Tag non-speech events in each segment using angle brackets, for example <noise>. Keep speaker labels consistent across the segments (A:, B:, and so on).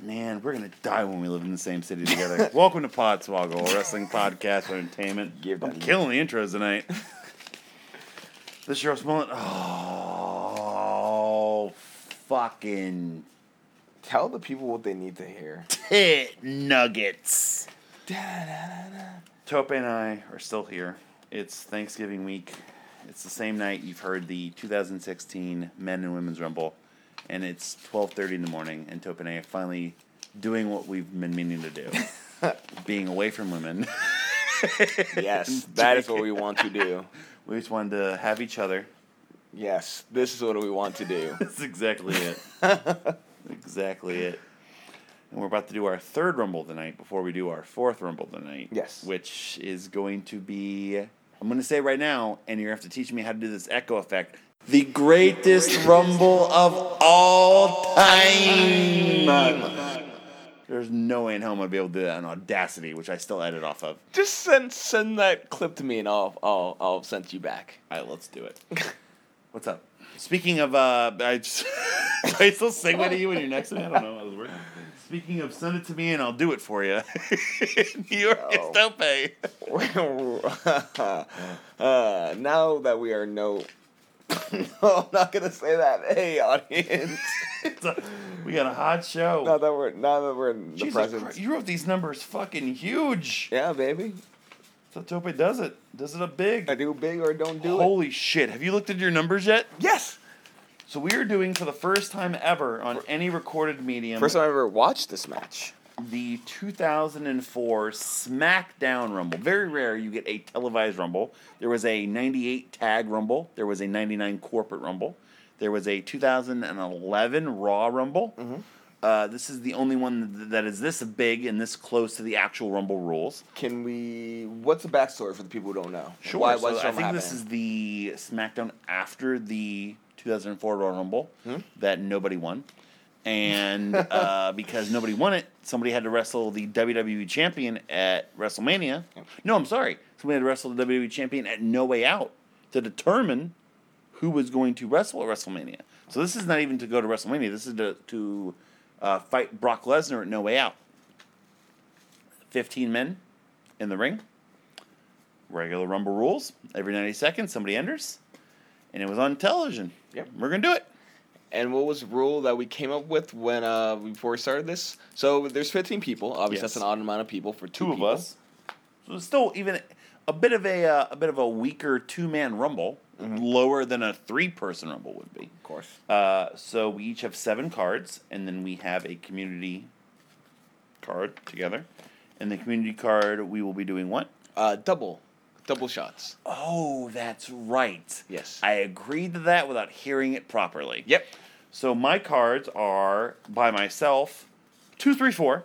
A: Man, we're gonna die when we live in the same city together. <laughs> Welcome to Podswoggle, a wrestling podcast for entertainment. I'm killing the intros tonight. <laughs> this is Sheriff Smollett. Oh, fucking
B: Tell the people what they need to hear.
A: tit nuggets. Tope and I are still here. It's Thanksgiving week. It's the same night you've heard the 2016 Men and Women's Rumble, and it's 12:30 in the morning. And Tope and I are finally doing what we've been meaning to do, being away from women.
B: <laughs> Yes, <laughs> that is what we want to do.
A: We just wanted to have each other.
B: Yes, this is what we want to do.
A: That's exactly it. exactly it. And we're about to do our third rumble tonight before we do our fourth rumble tonight.
B: Yes.
A: Which is going to be I'm gonna say right now, and you're gonna have to teach me how to do this echo effect. The greatest rumble of all time. There's no way in hell I'm gonna be able to do that on Audacity, which I still edit off of.
B: <laughs> Just send send that clip to me and I'll I'll I'll send you <laughs> back.
A: All right, let's do it. <laughs> What's up? Speaking of, uh, I just, <laughs> I still segue to you when you're next to me. I don't know how this works. Speaking of, send it to me and I'll do it for you. <laughs> New York
B: Oh.
A: is eh? don't <laughs> pay.
B: uh, now that we are no, <laughs> no, I'm not gonna say that. Hey, audience. <laughs>
A: We got a hot show.
B: now that we're now that we're in the
A: Jesus
B: present.
A: Christ, you wrote these numbers fucking huge.
B: Yeah, baby.
A: So Tope does it. Does it up big.
B: I do big or don't do it.
A: Holy shit. Have you looked at your numbers yet?
B: Yes.
A: So we are doing for the first time ever on any recorded medium
B: First time I ever watched this match.
A: the 2004 SmackDown Rumble. Very rare you get a televised Rumble. There was a 98 Tag Rumble. There was a 99 Corporate Rumble. There was a 2011 Raw Rumble. Uh, this is the only one th- that is this big and this close to the actual Rumble rules.
B: Can we? What's the backstory for the people who don't know?
A: Sure.
B: Why,
A: so
B: why this
A: I
B: rumble
A: think this
B: happening?
A: is the SmackDown after the 2004 Royal Rumble
B: Hmm?
A: that nobody won.
B: <laughs>
A: And uh, because nobody won it, somebody had to wrestle the WWE champion at WrestleMania. No, I'm sorry. Somebody had to wrestle the WWE champion at No Way Out to determine who was going to wrestle at WrestleMania. So this is not even to go to WrestleMania. This is to, to uh, fight Brock Lesnar at No Way Out. 15 men in the ring regular Rumble rules. Every 90 seconds, somebody enters. And it was on television.
B: Yep.
A: We're going to do it.
B: And what was the rule that we came up with when uh, before we started this? So there's 15 people. Obviously,
A: Yes.
B: that's an odd amount of people for two,
A: Two
B: people.
A: of us. So it's still even a bit of a uh, a bit of a weaker two-man rumble, lower than a three-person rumble would be.
B: Of course.
A: Uh, so we each have seven cards, and then we have a community card together. And the community card, we will be doing what?
B: Uh, double, double shots.
A: Oh, that's right.
B: Yes.
A: I agreed to that without hearing it properly.
B: Yep.
A: So my cards are by myself two, three, four,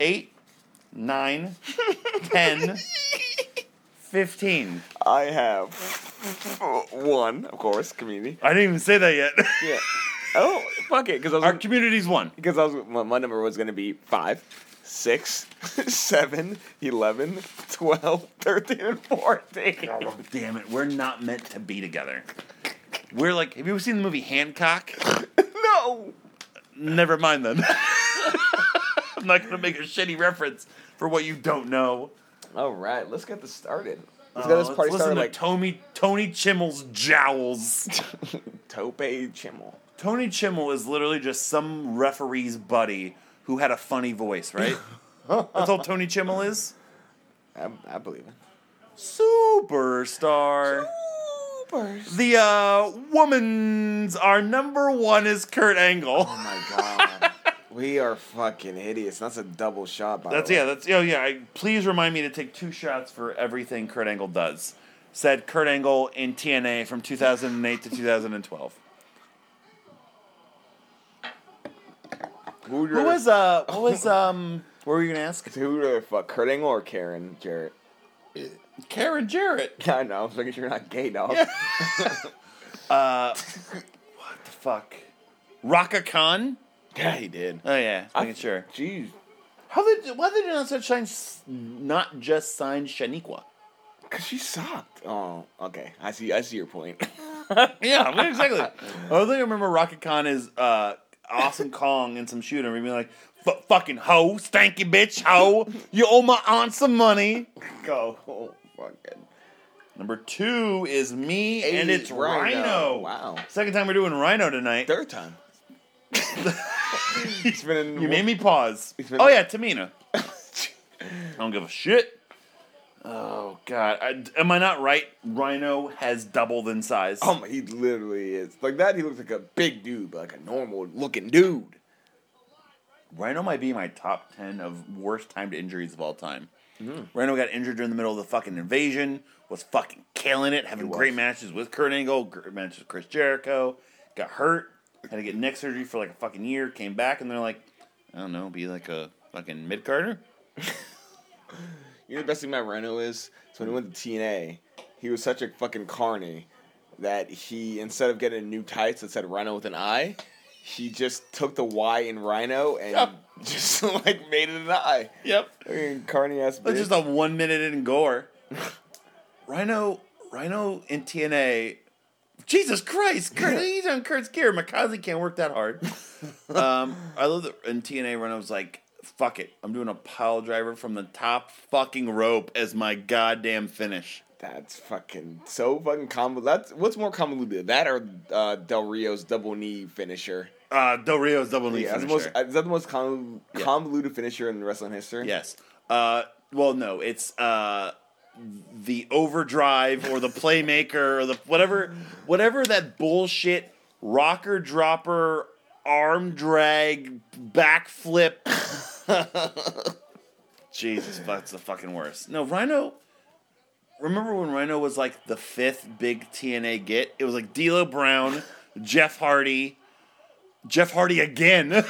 A: eight, nine, ten, fifteen.
B: I have <laughs> one, of course, community.
A: I didn't even say that yet. <laughs>
B: Yeah. Oh, fuck it, because I
A: Our
B: was
A: community's one.
B: because I was my, my number was gonna be five, six, <laughs> seven, eleven, twelve, thirteen, and fourteen.
A: Damn it, we're not meant to be together. We're like, have you ever seen the movie Hancock?
B: No.
A: Never mind then. <laughs> I'm not gonna make a shitty reference for what you don't know.
B: All right, let's get this started. Let's
A: Uh,
B: get this party
A: let's listen
B: started.
A: to
B: Like
A: Tony Tony Chimmel's jowls.
B: Tope Chimmel.
A: Tony Chimmel is literally just some referee's buddy who had a funny voice, <laughs> right? That's all Tony Chimmel is.
B: I, I believe it.
A: Superstar. The uh, woman's our number one is Kurt Angle.
B: Oh my god. we are fucking idiots. That's a double shot, by
A: That's
B: the way.
A: yeah. That's oh yeah. I, please remind me to take two shots for everything Kurt Angle does. Said Kurt Angle in TNA from 2008 to 2012.
B: Who,
A: Who was uh? What was um? What were you gonna ask?
B: Who the fuck, Kurt Angle or Karen Jarrett? <laughs>
A: Karen Jarrett.
B: I know. I'm making sure you're not gay, dog.
A: What the fuck? Raka Khan.
B: yeah, he did.
A: Oh yeah, just making sure.
B: Jeez,
A: How did why did they not just sign not just sign Shaniqua?
B: cause she sucked. Oh, okay. I see. I see your point. <laughs>
A: Yeah, what- exactly. <laughs> I only thing I remember Rocket Khan is uh, Awesome <laughs> Kong and some shooter being like, "F- "Fucking hoe, stanky bitch, hoe, you owe my aunt some money." Go.
B: oh, fucking.
A: Number two is me and
B: Hey,
A: it's Rhino.
B: Wow.
A: Second time we're doing Rhino tonight. <laughs>
B: Third time. He's been in.
A: You made me pause.
B: It's been-
A: Oh yeah, Tamina. I don't give a shit. Oh god, I, am I not right? Rhino has doubled in size.
B: Oh my, he literally is like that. He looks like a big dude, but like a normal looking dude.
A: Rhino might be my top 10 of worst timed injuries of all time. Rhino got injured during the middle of the fucking invasion, was fucking killing it, having great matches with Kurt Angle, great matches with Chris Jericho, got hurt, had to get neck surgery for like a fucking year, came back, and they're like, I don't know, be like a fucking mid Carter?
B: You know the best thing about Rhino is is when he went to TNA, he was such a fucking carny that he instead of getting new tights that said Rhino with an I, he just took the Y in Rhino and
A: Yep.
B: <laughs> just like made it an I.
A: Yep.
B: Fucking carny ass bitch.
A: That's just a one minute in <laughs> gore. Rhino, Rhino in TNA. Jesus Christ, Kurt, he's on Kurt's gear. Mikazi can't work that <laughs> hard. um, I love that in TNA Rhino was like, fuck it. I'm doing a pile driver from the top fucking rope as my goddamn finish.
B: That's fucking so fucking common. That's what's more convoluted, that or uh, Del Rio's double knee finisher.
A: Uh, Del Rio's double knee
B: Yeah, that's the
A: finisher.
B: most. Is that the most conv-
A: Yeah.
B: convoluted finisher in wrestling history?
A: Yes. Uh, well, no, it's uh, the overdrive or the playmaker or the whatever, whatever that bullshit rocker dropper arm drag backflip. <laughs> Jesus, that's the fucking worst. No, Rhino. Remember when Rhino was like the fifth big TNA get? It was like D'Lo Brown, Jeff Hardy, Jeff Hardy again, <laughs> and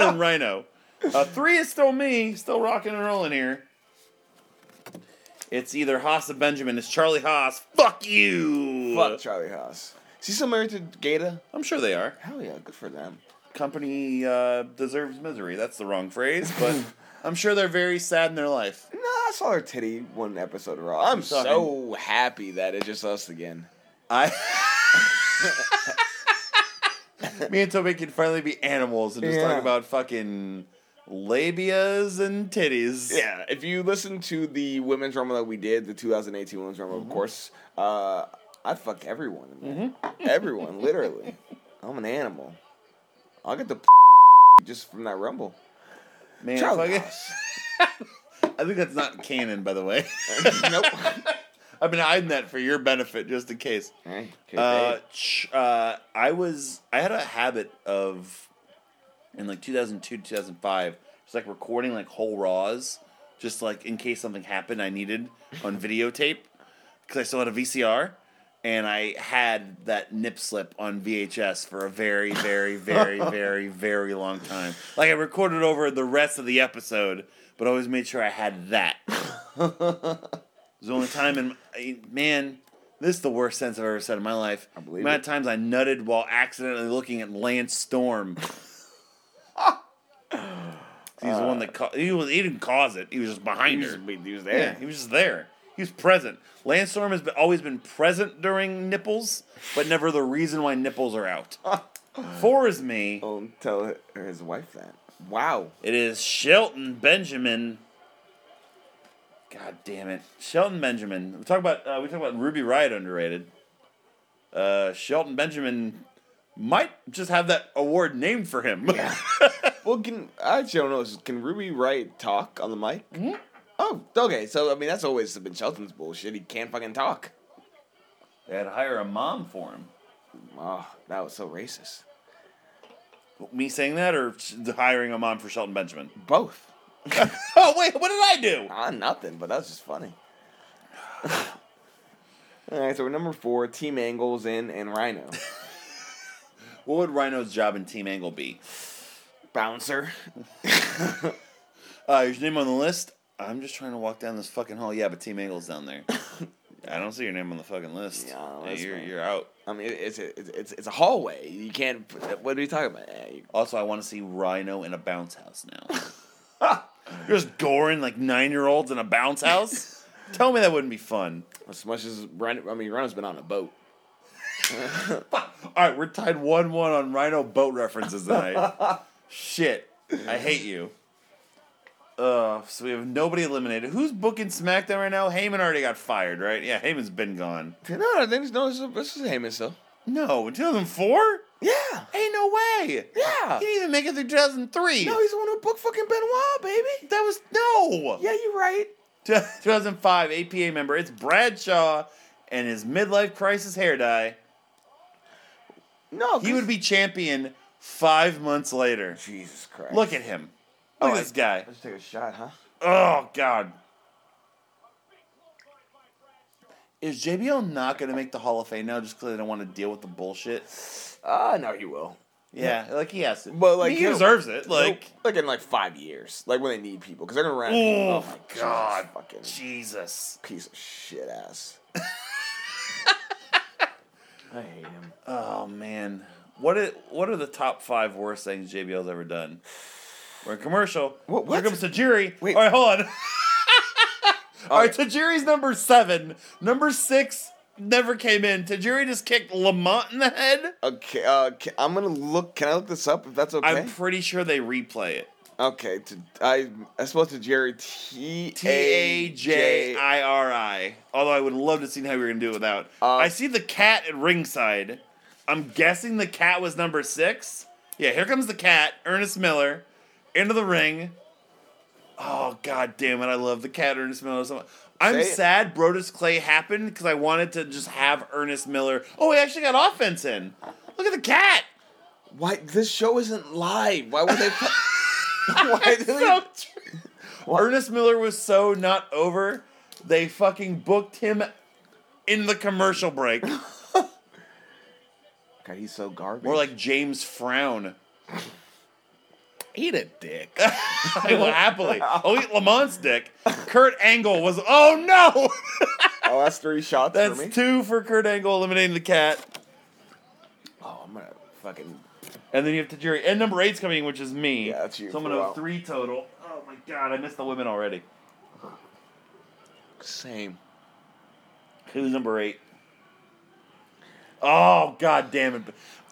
A: then Rhino. Uh, three is still me, still rocking and rolling here. It's either Haas or Benjamin. It's Charlie Haas. Fuck you.
B: Fuck Charlie Haas. Is he still married to Gata?
A: I'm sure they are.
B: Hell yeah, good for them.
A: Company uh, deserves misery. That's the wrong phrase, but I'm sure they're very sad in their life.
B: No, I saw her titty one episode of Raw. I'm
A: Sucking.
B: so happy that it's just us again.
A: I. Me and Toby can finally be animals and just
B: Yeah.
A: talk about fucking labias and titties.
B: Yeah, if you listen to the women's rumble that we did, the 2018 women's rumble, of course, uh, I fucked everyone. In there. <laughs> Everyone, literally. I'm an animal. I'll get the <laughs> just from that rumble.
A: man.
B: Charlie
A: fucking-
B: Haas.
A: I think that's not canon, by the way. <laughs>
B: <laughs> nope.
A: I've been hiding that for your benefit, just in case.
B: Eh, okay,
A: Uh,
B: babe.
A: ch- uh, I was I had a habit of in like 2002 2005 just like recording like whole raws just like in case something happened I needed on videotape because I still had a VCR and I had that nip slip on VHS for a very very
B: <laughs>
A: very very very long time like I recorded over the rest of the episode but always made sure I had that it was the only time in I- man, this is the worst sense I've ever said in my life. I
B: believe
A: amount
B: it.
A: of times I nutted while accidentally looking at Lance
B: <laughs>
A: Storm. He's the one that ca- he was he didn't cause it. He was just behind
B: Uh, He was-
A: her.
B: he was
A: Yeah,
B: there.
A: he was just there. He was present. Lance Storm has been, always been present during nipples, but never the reason why nipples are out. Four is me.
B: Don't tell her- his wife that. Wow.
A: It is Shelton Benjamin. God damn it, Shelton Benjamin. We talk about uh, we talk about Ruby Riot underrated. Uh, Shelton Benjamin might just have that award named for him.
B: Well, can I actually don't know. is- Can Ruby Wright talk on the mic? Mm-hmm. Oh, okay. So I mean, that's always been Shelton's bullshit. He can't fucking talk.
A: <laughs> they had to hire a mom for him.
B: Oh, that was so racist.
A: Me saying that, or hiring a mom for Shelton Benjamin?
B: Both.
A: Oh wait, what did I do?
B: Ah, nothing. But that was just funny. <sighs> All right, so we're number four. Team <laughs> Angles in and Rhino.
A: What would Rhino's job in Team Angle be?
B: bouncer.
A: Uh, your name on the list? I'm just trying to walk down this fucking hall. Yeah, but Team Engel's down
B: <laughs>
A: there. I don't see your name on the fucking list.
B: Yeah,
A: Yeah,
B: that's
A: you're,
B: fine.
A: you're out.
B: I mean, it's a, it's it's it's a hallway. You can't. put- What are you talking about? Eh, you-
A: Also, I want to see Rhino in a bounce house now.
B: <laughs>
A: You're just goring like nine year olds in a bounce
B: <laughs>
A: house? Tell me that wouldn't be fun.
B: As much as Ryan, I mean, Ryan's been on a boat.
A: All right, we're tied 1 1 on Rhino boat references tonight.
B: <laughs>
A: Shit. I hate you. Uh, so we have nobody eliminated. Who's booking SmackDown right now? Heyman already got fired, right? Yeah, Heyman's been gone.
B: No, I think no. This is, this is Heyman still.
A: No, in 2004?
B: Yeah.
A: Ain't no way.
B: Yeah.
A: He didn't even make it through 2003.
B: No, he's the one who booked fucking Benoit, baby.
A: that was no. <laughs>
B: Yeah, you're right.
A: 2005 APA member. It's Bradshaw and his midlife crisis hair dye.
B: No,
A: He would be champion five months later.
B: Jesus Christ.
A: Look at him. Look at
B: Oh, I-
A: this guy.
B: Let's take a shot, huh?
A: Oh God. Is JBL not going to make the Hall of Fame now just because they don't want to deal with the bullshit?
B: Ah, no, he will.
A: Yeah, like he has to.
B: But like
A: he
B: he'll-
A: deserves it. Like,
B: he'll- like in like five years, like when they need people, because they're gonna run. out of people.
A: oh,
B: Jesus
A: God,
B: fucking
A: Jesus.
B: piece of shit ass. <laughs> I hate him.
A: Oh man, what is, what are the top five worst things JBL's ever done? We're in commercial.
B: What- what?
A: Here comes Tajiri.
B: Wait.
A: All right, hold on. <laughs> All right, Tajiri's number seven. Number six never came in. Tajiri just kicked Lamont in the head.
B: Okay, uh, ca- I'm gonna look. Can I look this up if that's okay?
A: I'm pretty sure they replay it.
B: okay, to, I I supposed to Jerry T
A: T A J I R I. Although I would love to see how we were gonna do it without.
B: Uh,
A: I see the cat at ringside. I'm guessing the cat was number six. Yeah, here comes the cat, Ernest Miller, into the ring. Oh god damn it! I love the cat, Ernest Miller. So much. I'm
B: Say it.
A: sad Brodus Clay happened because I wanted to just have Ernest Miller. Oh, he actually got offense in. Look at the cat.
B: Why this show isn't live? Why would <laughs> they? Put, why did
A: So
B: <laughs> they?
A: true. Ernest Miller was so not over, they fucking booked him in the commercial break.
B: God, he's so garbage.
A: More like James Frown.
B: eat a dick.
A: I will happily. I'll eat Lamont's dick. Kurt Angle was. Oh no!
B: oh, that's three shots for
A: That's
B: me.
A: two for Kurt Angle eliminating the cat.
B: Oh, I'm gonna fucking.
A: And then you have to jury. And number eight's coming, in, which is me.
B: Yeah, that's you
A: So I'm
B: for
A: gonna
B: a
A: have
B: while.
A: three total. Oh my god, I missed the women already.
B: Same.
A: Who's number eight? Oh god damn it!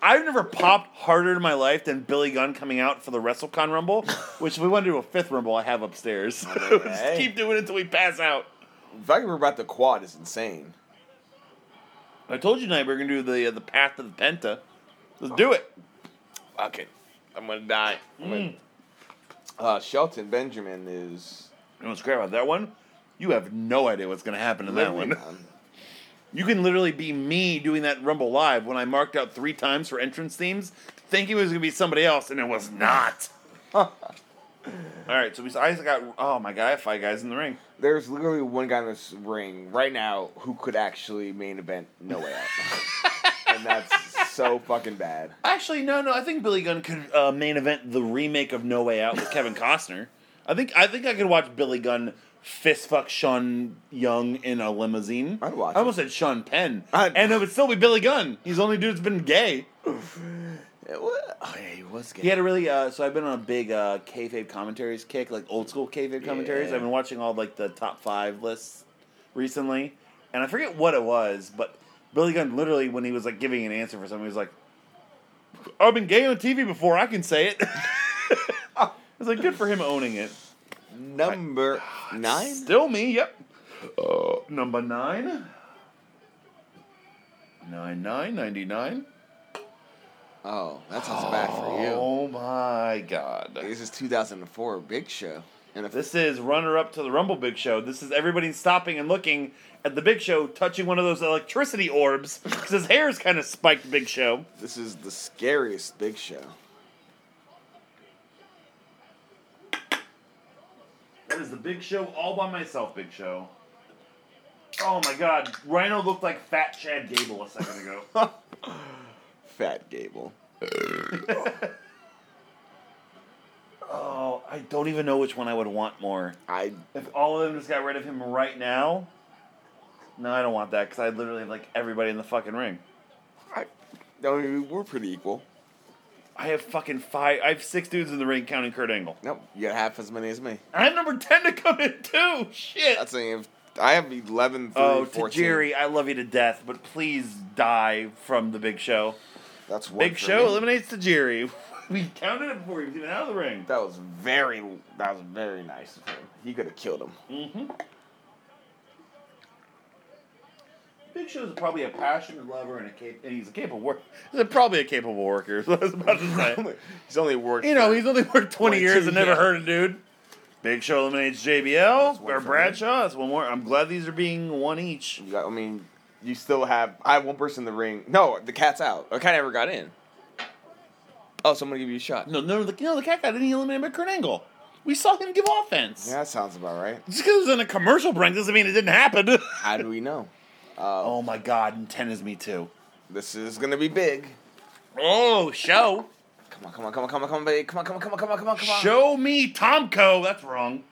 A: I've never popped harder in my life than Billy Gunn coming out for the WrestleCon Rumble, which if we want to do a fifth Rumble, I have upstairs. <laughs> Just keep doing it until we pass out.
B: The fact that we're about the quad is insane.
A: I told you tonight we are gonna do the uh, the path to the Penta. Let's do it.
B: Okay, I'm gonna die. I'm gonna-
A: Mm.
B: Uh, Shelton Benjamin is
A: You know what's great about that one? You have no idea what's gonna happen in that one.
B: Um,
A: You can literally be me doing that Rumble live when I marked out three times for entrance themes, thinking it was gonna be somebody else, and it was not. <laughs> All right, so we I got oh my god, I have five guys in the ring.
B: There's literally one guy in this ring right now who could actually main event No Way <laughs> Out, and that's so fucking bad.
A: Actually, no, no, I think Billy Gunn could uh, main event the remake of No Way Out
B: <laughs>
A: with Kevin Costner. I think I think I could watch Billy Gunn fist fuck Sean Young in a limousine.
B: I'd watch
A: I almost said Sean Penn,
B: I'd-
A: and it would still be Billy Gunn. He's the only dude that's been gay.
B: It wa- oh yeah, he was
A: He
B: gay.
A: had a really uh, so I've been on a big uh, kayfabe commentaries kick, like old school kayfabe commentaries.
B: Yeah.
A: I've been watching all like the top five lists recently, and I forget what it was, but Billy Gunn literally when he was like giving an answer for something, he was like, "I've been gay on TV before. I can say it." <laughs> I was like, "Good for him owning it."
B: Number nine.
A: Still me. Yep. Uh, Number nine. Nine nine ninety nine.
B: Oh, that sounds bad for
A: Oh my god.
B: you. This is 2004 Big Show, and if
A: This is runner up to the Rumble Big Show. This is everybody stopping and looking at the Big Show, touching one of those electricity orbs because his hair is kind of spiked. Big Show.
B: this is the scariest Big Show.
A: That is the Big Show all by myself. Big Show. Oh my God, Rhino looked like Fat Chad Gable a second ago. <laughs>
B: Fat Gable.
A: Oh, I don't even know which one I would want more.
B: I
A: If all of them just got rid of him right now, no, I don't want that because I literally have like everybody in the fucking ring.
B: I, I mean, we're pretty equal.
A: I have fucking five. I have six dudes in the ring counting Kurt Angle.
B: Nope, you got half as many as me.
A: I have number ten to come in too. Shit.
B: That's saying if I have 11 through
A: oh,
B: 14.
A: to Jerry, I love you to death, but please die from the Big Show.
B: That's one
A: Big
B: for
A: Show
B: me.
A: eliminates the Jerry. <laughs> we counted it before he was even out of the ring.
B: That was very. That was very nice of him. He could have killed him.
A: Big Show's probably a passionate lover and a cap- and he's a capable worker. He's probably a capable worker. <laughs> That's what I was about to say.
B: <laughs> he's only worked.
A: Mm-hmm. You know, he's only worked 20 years
B: 22,
A: and never
B: yeah.
A: heard a dude. Big Show eliminates
B: That's
A: JBL
B: one
A: or
B: for me.
A: Bradshaw. That's one more. I'm glad these are being one each.
B: You got- I mean, you still have. I have one person in the ring. No, the cat's out. The cat never got in. Oh, so I'm gonna give you a shot.
A: No, no, the, no, the cat guy didn't eliminate by Kurt Angle. We saw him give offense.
B: Yeah, that sounds about right.
A: Just because it was in a commercial break doesn't mean it didn't happen. <laughs>
B: How do we know? Uh,
A: oh my god, and 10 is me too.
B: This is gonna be big.
A: Oh, show.
B: Come on, come on, come on, come on, come on, baby. Come on, come on, come on, come on, come on, come on.
A: Show me Tomko. That's wrong.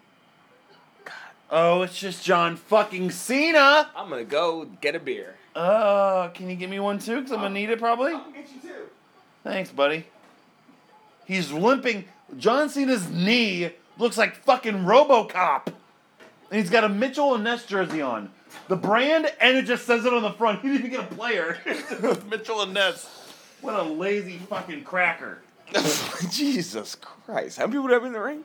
A: Oh, it's just John fucking Cena.
B: I'm gonna go get a <laughs> beer.
A: Uh, can you give me one too? Because I'm going to need it probably.
B: gonna get you too.
A: Thanks, buddy. He's limping. John Cena's knee looks like fucking Robocop. And he's got a Mitchell and Ness jersey on. The brand, and it just says it on the front. <laughs> He didn't even get a player. Mitchell and Ness. What a lazy fucking cracker.
B: <laughs> Jesus Christ. How many people do you have in the ring?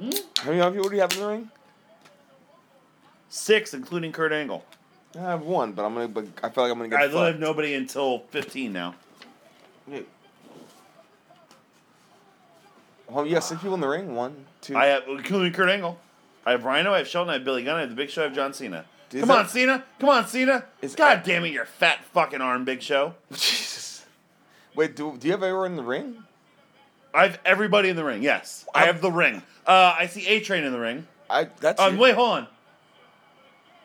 A: Hmm?
B: How many how many people do you have in the ring?
A: Six, including Kurt Angle.
B: I have one, but I'm gonna. But I feel like I'm gonna get.
A: I
B: fucked.
A: don't have nobody until 15 now.
B: Wait. Well, you have six people in the ring. One, two. <laughs>
A: I have, including Kurt Angle. I have Rhino, I have Shelton, I have Billy Gunn, I have The Big Show, I have John Cena.
B: Is
A: Come
B: that-
A: on, Cena! Come on, Cena!
B: Is-
A: God damn it, your fat fucking arm, Big Show.
B: Jesus. Wait, do do you have everyone in the ring?
A: I have everybody in the ring. Yes, I have the ring. Uh, I see A Train in the ring.
B: I that's.
A: Um,
B: your-
A: wait, hold on.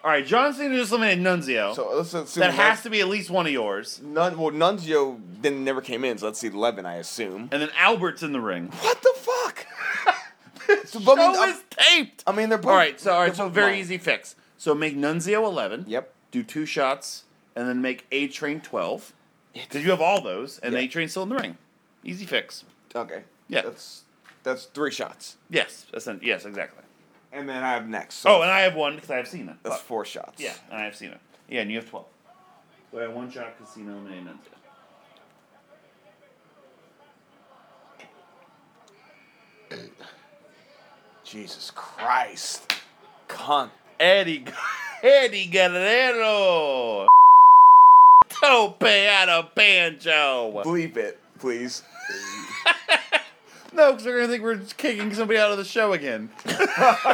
A: All right, John Cena just eliminated Nunzio.
B: So let's assume
A: that has to be at least one of yours.
B: Nun, well, Nunzio then never came in, so let's see, eleven, I assume.
A: And then Albert's in the ring.
B: What the
A: <laughs>
B: fuck? so, but I,
A: Show
B: mean,
A: is taped.
B: I, I mean, they're both.
A: All right, so all
B: they're
A: right, so
B: both
A: very
B: mine.
A: easy fix. So make Nunzio eleven.
B: Yep.
A: Do two shots, and then make A Train twelve. Because you have all those, and
B: Yeah.
A: A Train's still in the ring. Easy fix.
B: Okay.
A: Yeah.
B: That's that's three shots,
A: Yes. That's an, yes. Exactly.
B: and then I have next. So
A: Oh, and I have one because I have Cena.
B: that's
A: Fuck.
B: four shots.
A: Yeah, and I have seen it. Yeah, and you have 12. So I have one shot casino and an end.
B: Jesus Christ. Cunt.
A: Eddie, <laughs> Eddie Guerrero. <laughs> Tope out of banjo.
B: Bleep it, please.
A: No, because they're going to think we're kicking somebody out of the show again. <laughs>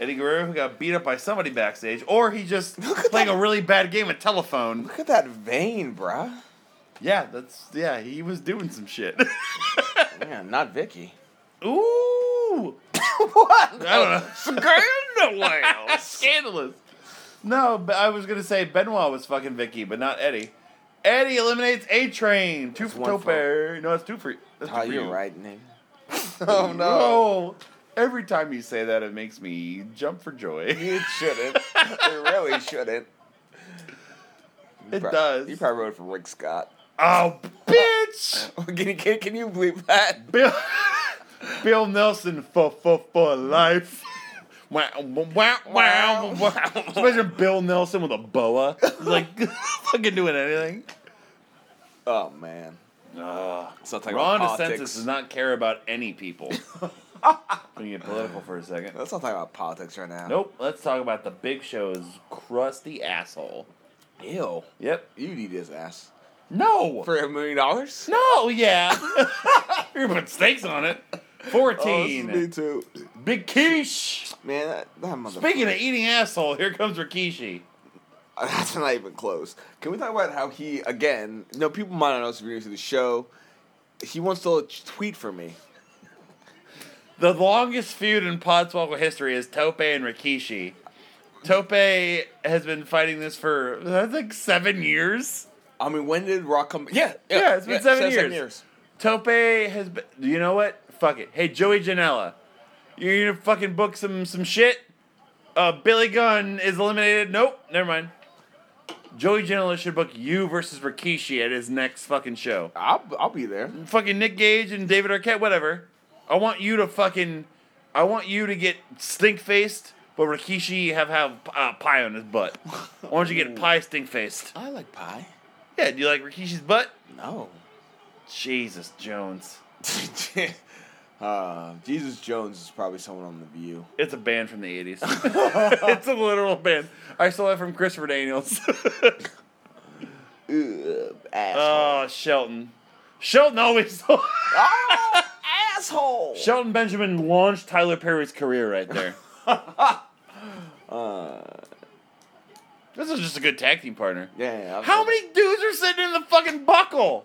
A: Eddie Guerrero who got beat up by somebody backstage, or he just <laughs> playing a really bad game of telephone.
B: Look at that vein, bruh.
A: Yeah, that's yeah. He was doing some shit.
B: Yeah, not Vicky.
A: <laughs>
B: <laughs>
A: Ooh,
B: what?
A: I don't know.
B: Oh, Scandalous.
A: <laughs> Scandalous. No, but I was gonna say Benoit was fucking Vicky, but not Eddie. Eddie eliminates A Train. Two
B: That's
A: for
B: one
A: Tope. No, it's two for. That's
B: Oh,
A: two for
B: you're
A: you.
B: right, nigga.
A: <laughs>
B: Oh
A: No. Every time you say that, it makes me jump for joy.
B: You shouldn't. you really shouldn't. You
A: <laughs> It does.
B: You probably wrote for Rick Scott. <laughs>
A: Oh, bitch!
B: can, you, can, can you believe that?
A: Bill, Bill Nelson for for for life. Wow, wow, wow, wow. Just Imagine Bill Nelson with a boa, like <laughs> fucking doing anything.
B: Oh, man.
A: Uh,
B: It's not talking
A: Ron
B: about
A: DeSantis
B: politics.
A: does not care about any
B: <laughs>
A: people. we get political for a second.
B: Let's not talk about politics right now.
A: Nope. Let's talk about the Big Show's crusty asshole.
B: Ew.
A: Yep.
B: You'd eat his ass.
A: No.
B: For a million dollars?
A: no. Yeah. <laughs> You're putting steaks on it.
B: Oh, this is
A: Fourteen.
B: me too.
A: Big Quiche.
B: Man, that, that mother.
A: Speaking of eating asshole, here comes Rikishi.
B: <laughs> That's not even close. Can we talk about how he again? No, people might not know this if you're new to the show. He once stole a tweet from me.
A: The longest feud in Podswoggle history is Tope and Rikishi. Tope has been fighting this for I think seven years.
B: I mean, when did Rock come? Yeah,
A: Yeah, it's been seven years. Tope has been. You know what? Fuck it. Hey, Joey Janela, you gonna fucking book some some shit? Uh, Billy Gunn is eliminated. Nope, never mind. Joey Janela should book you versus Rikishi at his next fucking show.
B: I'll I'll be there.
A: Fucking Nick Gage and David Arquette, whatever. I want you to fucking, I want you to get stink faced, but Rikishi have have uh, pie on his butt. I want you to get pie stink faced.
B: I like pie.
A: Yeah, do you like Rikishi's butt?
B: No. <laughs>
A: Jesus Jones.
B: uh, Jesus Jones is probably someone on the View.
A: It's a band from the <laughs> 80s. it's a literal band. I stole that from Christopher Daniels. <laughs>
B: Ugh, asshole.
A: oh, Shelton. Shelton always stole. <laughs>
B: oh, asshole.
A: Shelton Benjamin launched Tyler Perry's career right <laughs> there. Uh, this is just a good tag team partner.
B: yeah. yeah, I'll-
A: How many dudes are sitting in the fucking buckle?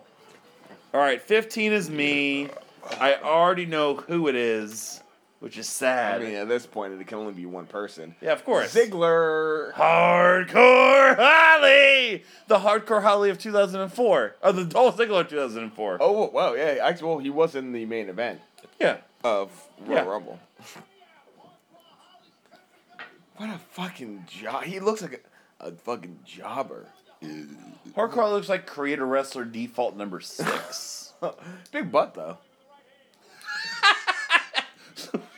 A: All right, 15 is me. I already know who it is, which is
B: I
A: sad.
B: mean, at this point, it can only be one person.
A: yeah, of course.
B: Ziggler.
A: Hardcore Holly! The Hardcore Holly of 2004. Of Oh, the Dolph Ziggler of 2004.
B: Oh, whoa, wow, yeah. Actually, well, he was in the main event
A: Yeah.
B: of Royal
A: Yeah.
B: Rumble. <laughs> What a fucking job. He looks like a, a fucking jobber. <laughs>
A: Hardcore Holly looks like creator wrestler default number
B: <laughs>
A: six.
B: Big butt, though.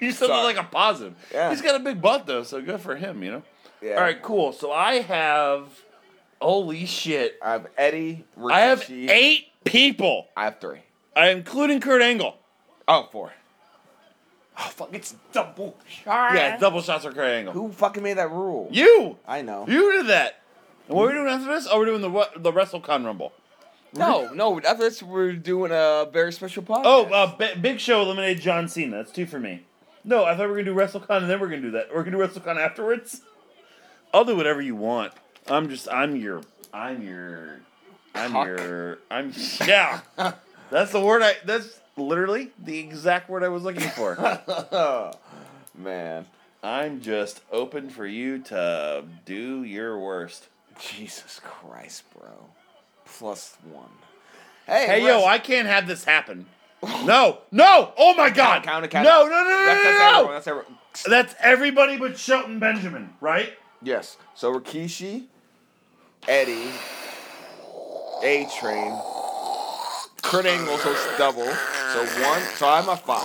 A: you said that
B: Sorry.
A: like a positive.
B: Yeah.
A: He's got a big butt, though, so good for him, you know?
B: Yeah.
A: All right, cool. So I have. Holy shit.
B: I have Eddie. Rikishi,
A: I have eight people,
B: I have three.
A: I including Kurt Angle.
B: Oh, four. Oh, fuck. It's double shot.
A: Yeah, double shots for Kurt Angle.
B: Who fucking made that rule?
A: You!
B: I know.
A: You did that! And what are we doing after this? Oh, we're doing the, Ru- the WrestleCon Rumble.
B: No, no. After this, we're doing a very special podcast.
A: <laughs> Oh, uh, B- Big Show eliminated John Cena. That's two for me. No, I thought we were gonna do WrestleCon and then we're gonna do that. We're gonna do WrestleCon afterwards. I'll do whatever you want. I'm just, I'm your, I'm your, I'm
B: Cock.
A: your, I'm yeah. that's the word I. That's literally the exact word I was looking
B: <laughs>
A: for.
B: man.
A: I'm just open for you to do your worst.
B: Jesus Christ, bro. Plus one. Hey,
A: Hey yo, I can't have this happen. No, no! Oh my God!
B: count it, count it.
A: no, no, no, no,
B: That's,
A: no,
B: that's
A: no,
B: everyone.
A: no!
B: That's everyone.
A: That's everybody but Shelton Benjamin, right?
B: Yes. So Rikishi, Eddie, A Train, Kurt Angle, so it's double. So one. So I'm a five.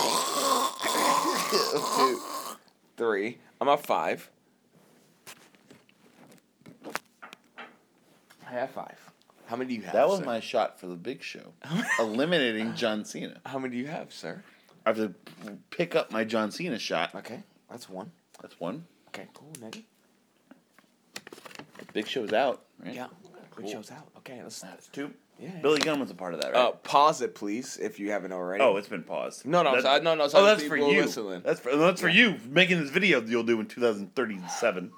B: <laughs> Two, three. I'm a five. I have five. How many do you have?
A: That was
B: sir?
A: my shot for the big show, eliminating John Cena.
B: How many do you have, sir?
A: I have to pick up my John Cena shot.
B: Okay, that's one.
A: That's one.
B: Okay, cool, nigga.
A: Big show's out. Right?
B: Yeah, good
A: Cool.
B: show's out. Okay, let's.
A: That's two.
B: Yeah, yeah.
A: Billy Gunn was a part of that, right?
B: Uh, pause it, please, if you haven't already.
A: oh, it's been paused.
B: No, no, I'm
A: That-
B: sorry. No, no,
A: Oh,
B: sorry.
A: that's for
B: People
A: you.
B: listening.
A: That's for that's for you making this video that you'll do in
B: <laughs>
A: 2037.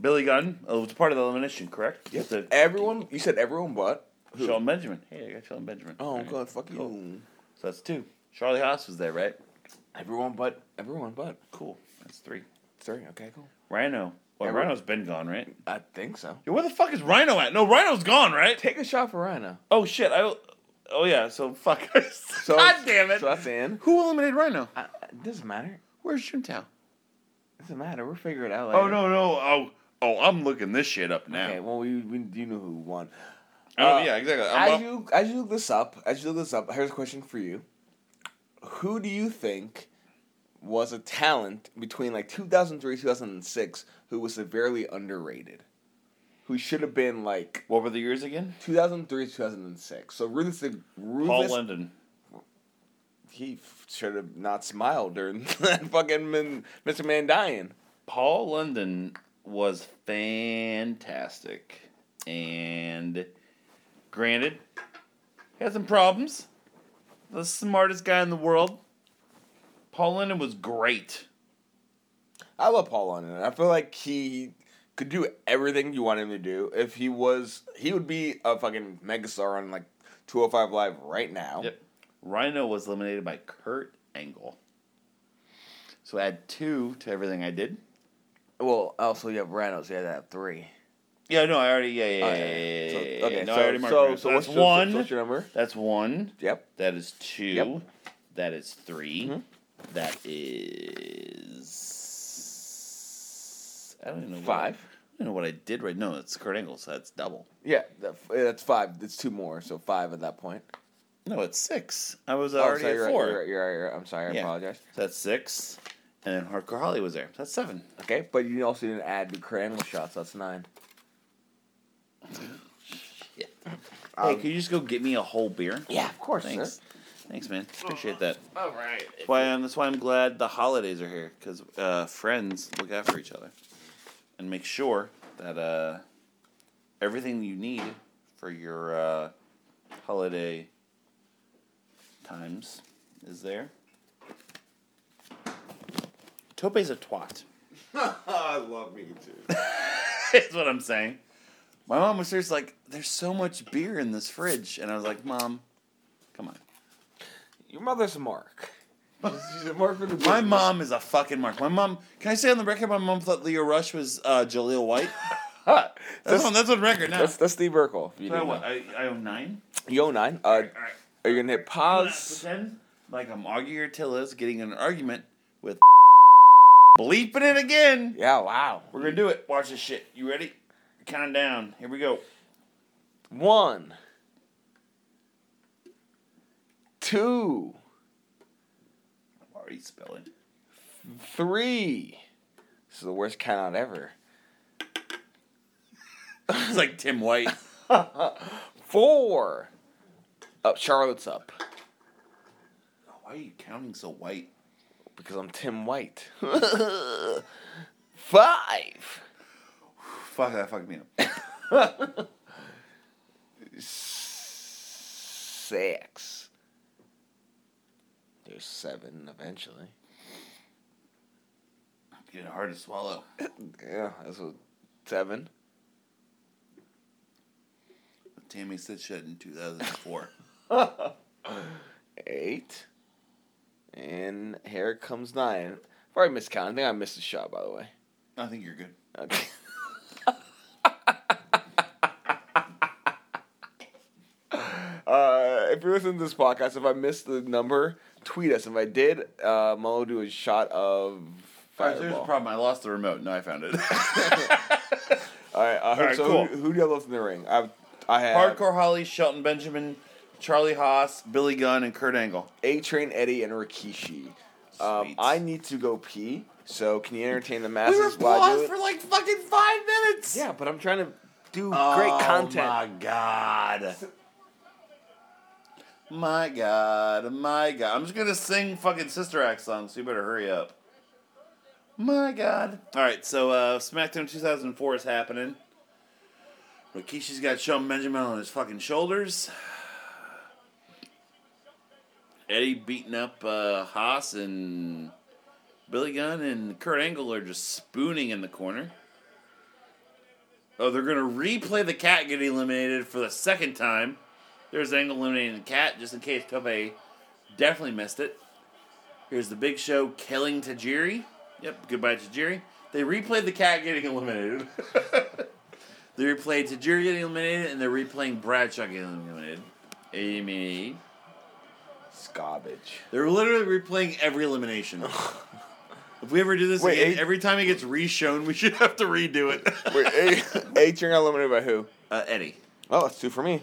A: Billy Gunn uh, was a part of the elimination, correct?
B: Yep.
A: With the-
B: everyone, you said everyone but. Eh, who?
A: Shelton Benjamin. Hey, I got Shelton Benjamin.
B: Oh,
A: All right.
B: God, fuck
A: Cool.
B: you.
A: So that's two. Charlie Haas was there, right?
B: Everyone but. Everyone but.
A: Cool. That's three.
B: Sorry, okay, cool.
A: Rhino. Well,
B: Yeah, Rhino-
A: Rhino's been gone, right?
B: I think so.
A: Yo, where the fuck is Rhino at? No, Rhino's gone, right?
B: Take a shot for Rhino.
A: Oh shit! I. Oh yeah. So fuck. <laughs>
B: So,
A: God damn it!
B: So that's in.
A: Who eliminated Rhino?
B: I, it doesn't matter.
A: Where's Jimtown?
B: doesn't matter. We'll figure it out later.
A: Oh no no oh oh I'm looking this shit up now.
B: Okay, well, we, we, you know who won.
A: oh
B: uh,
A: yeah exactly. I'm
B: As
A: up-
B: you, as you look this up, as you look this up, here's a question for you. Who do you think was a talent between like 2003 2006 who was severely underrated? Who should have been like
A: what were the years again?
B: 2003 2006. So ruthless,
A: Paul
B: ruthless
A: London.
B: he f- should have not smiled during <laughs> that fucking min, Mr. Man dying.
A: Paul London was fantastic, and granted, he had some problems. The smartest guy in the world. Paul London was great.
B: I love Paul London. I feel like he could do everything you want him to do. If he was, he would be a fucking megastar on like 205 Live right now.
A: Yep. Rhino was eliminated by Kurt Angle. So add two to everything I did.
B: Well, also you have Reynolds. You had that three.
A: Yeah, no, I already. Yeah, yeah,
B: Oh,
A: yeah.
B: yeah,
A: yeah,
B: yeah.
A: yeah,
B: So-
A: yeah, yeah.
B: okay,
A: no, I
B: so-
A: already marked
B: so-
A: it.
B: so
A: that's
B: what's your- so-
A: one.
B: so what's your number?
A: That's one.
B: Yep. Mm-hmm.
A: That is two.
B: Yep.
A: That is 3 That is. I don't even know.
B: Five.
A: What, I don't know what I did right. No, it's Kurt Angle, so that's double.
B: Yeah, that, that's five. It's two more, so five at that point.
A: No, it's six. I was
B: Oh,
A: already
B: sorry, you're
A: at
B: right,
A: 4
B: you're right, you're right, you're right. I'm sorry. I
A: Yeah.
B: apologize.
A: So that's six. And then Hardcore Holly was there. That's seven.
B: Okay, but you also didn't add the cranial shots. That's nine.
A: hey, could you just go get me a whole beer?
B: Um, Yeah, of course.
A: Thanks. Thanks, man. Appreciate that.
B: All right.
A: That's why I'm, that's why I'm glad the holidays are here because uh, friends look out for each other and make sure that uh, everything you need for your uh, holiday times is there. Tope's a twat.
B: <laughs>
A: <laughs>
B: I love me too.
A: is what I'm saying. My mom was seriously like, "There's so much beer in this fridge," and I was like, "Mom, come on."
B: Your mother's a mark. <laughs> She's a mark for the
A: My
B: business.
A: mom is a fucking mark. My mom. Can I say on the record, my mom thought Leo Rush was uh, Jaleel
B: <laughs>
A: White.
B: Huh.
A: That's
B: <laughs> That's,
A: on that's on record now.
B: that's, that's Steve Urkel. if You,
A: So I
B: didn't
A: what?
B: know.
A: I, I own nine.
B: you owe nine. Uh,
A: All right.
B: are you gonna hit
A: I'm gonna
B: pause?
A: pretend like I'm Augie Ortilla's getting in an argument with <laughs> bleeping it again.
B: Yeah. Wow.
A: We're gonna do it. Watch this shit. You ready? Count down. Here we go.
B: One, two,
A: I'm already spelling.
B: three. This is the worst count out ever.
A: It's like Tim
B: <laughs>
A: White.
B: Four. Up. Charlotte's up
A: Why are you counting so white?
B: because I'm Tim White. <laughs> Five.
A: Fuck that fucked me up.
B: six. There's seven eventually.
A: Getting hard to swallow.
B: Yeah, that's what seven.
A: Tammy said shit in 2004.
B: Eight. And here comes nine. Probably miscounted. I think I missed a shot by the way.
A: I think you're good.
B: Okay. <laughs> Uh, if you're listening to this podcast, if I missed the number, tweet us. If I did, uh, Mo will do a shot of
A: Alright, there's a
B: Fireball.
A: problem. I lost the remote. No, I found <laughs> it.
B: All right, uh,
A: right,
B: so
A: cool.
B: who, who do you have left in the ring? I've, I have
A: Hardcore Holly, Shelton Benjamin, Charlie Haas, Billy Gunn, and Kurt Angle.
B: A Train Eddie and Rikishi. Um,
A: Sweet.
B: I need to go pee, so can you entertain the
A: We
B: masses
A: were
B: while I do
A: paused
B: it?
A: for like fucking five minutes.
B: yeah, but I'm trying to do
A: Oh,
B: great content.
A: my god. My god, my god. I'm just gonna sing fucking Sister Act songs, so you better hurry up. My god. Alright, so uh, SmackDown 2004 is happening. Rikishi's got Shelton Benjamin on his fucking shoulders. Eddie beating up uh, Haas and Billy Gunn and Kurt Angle are just spooning in the corner. Oh, they're gonna replay the cat getting eliminated for the second time. There's Angle eliminating the cat, just in case Tope definitely missed it. Here's the Big Show killing Tajiri. Yep, goodbye Tajiri. They replayed the cat getting eliminated. <laughs> they replayed Tajiri getting eliminated, and they're replaying Bradshaw getting eliminated. Amy.
B: Scobbage.
A: They're literally replaying every
B: <laughs>
A: elimination. if we ever do this
B: Wait,
A: again,
B: A-
A: every time it gets reshown, we should have to redo it.
B: Wait, A, <laughs> A Train eliminated by who?
A: uh, Eddie.
B: Oh, that's two for me.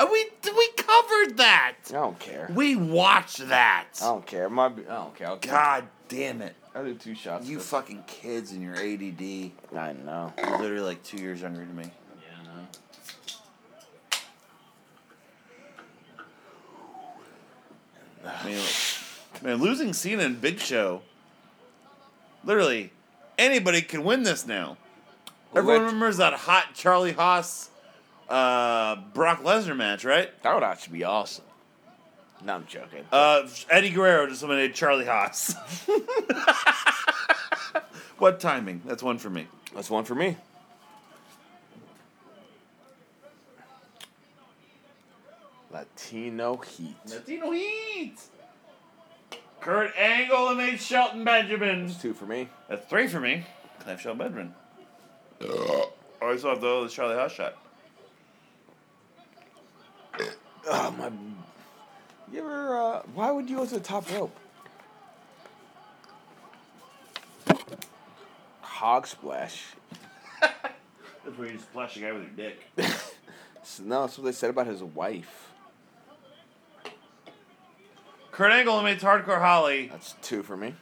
A: Uh, we we covered that.
B: I don't care.
A: We watched that.
B: I don't care. My, I don't care. I'll,
A: God damn it!
B: I'll do two shots.
A: You
B: That's-
A: fucking kids and your ADD. You're
B: I know.
A: literally like two years younger than me. Yeah, I know. Man, man, losing Cena and Big Show. Literally, anybody can win this now. Everyone
B: Let-
A: remembers that hot Charlie Haas, uh, Brock Lesnar match, right?
B: That would actually be awesome. No, I'm joking.
A: Uh, Eddie Guerrero just eliminated Charlie <laughs> Haas. what timing? That's one for me.
B: that's one for me. Latino heat.
A: Latino Heat. Kurt Angle and made Shelton Benjamin.
B: That's two for me.
A: That's three for me. Can I have Shelton Benjamin?
B: Uh,
A: I still have the other Charlie Haas shot.
B: Oh my You ever? Uh, why would you go to the top rope? Hog splash.
A: That's where you splash the guy with your dick.
B: S- No, that's what they said about his wife.
A: <laughs> Kurt Angle eliminates Hardcore Holly.
B: That's two for me.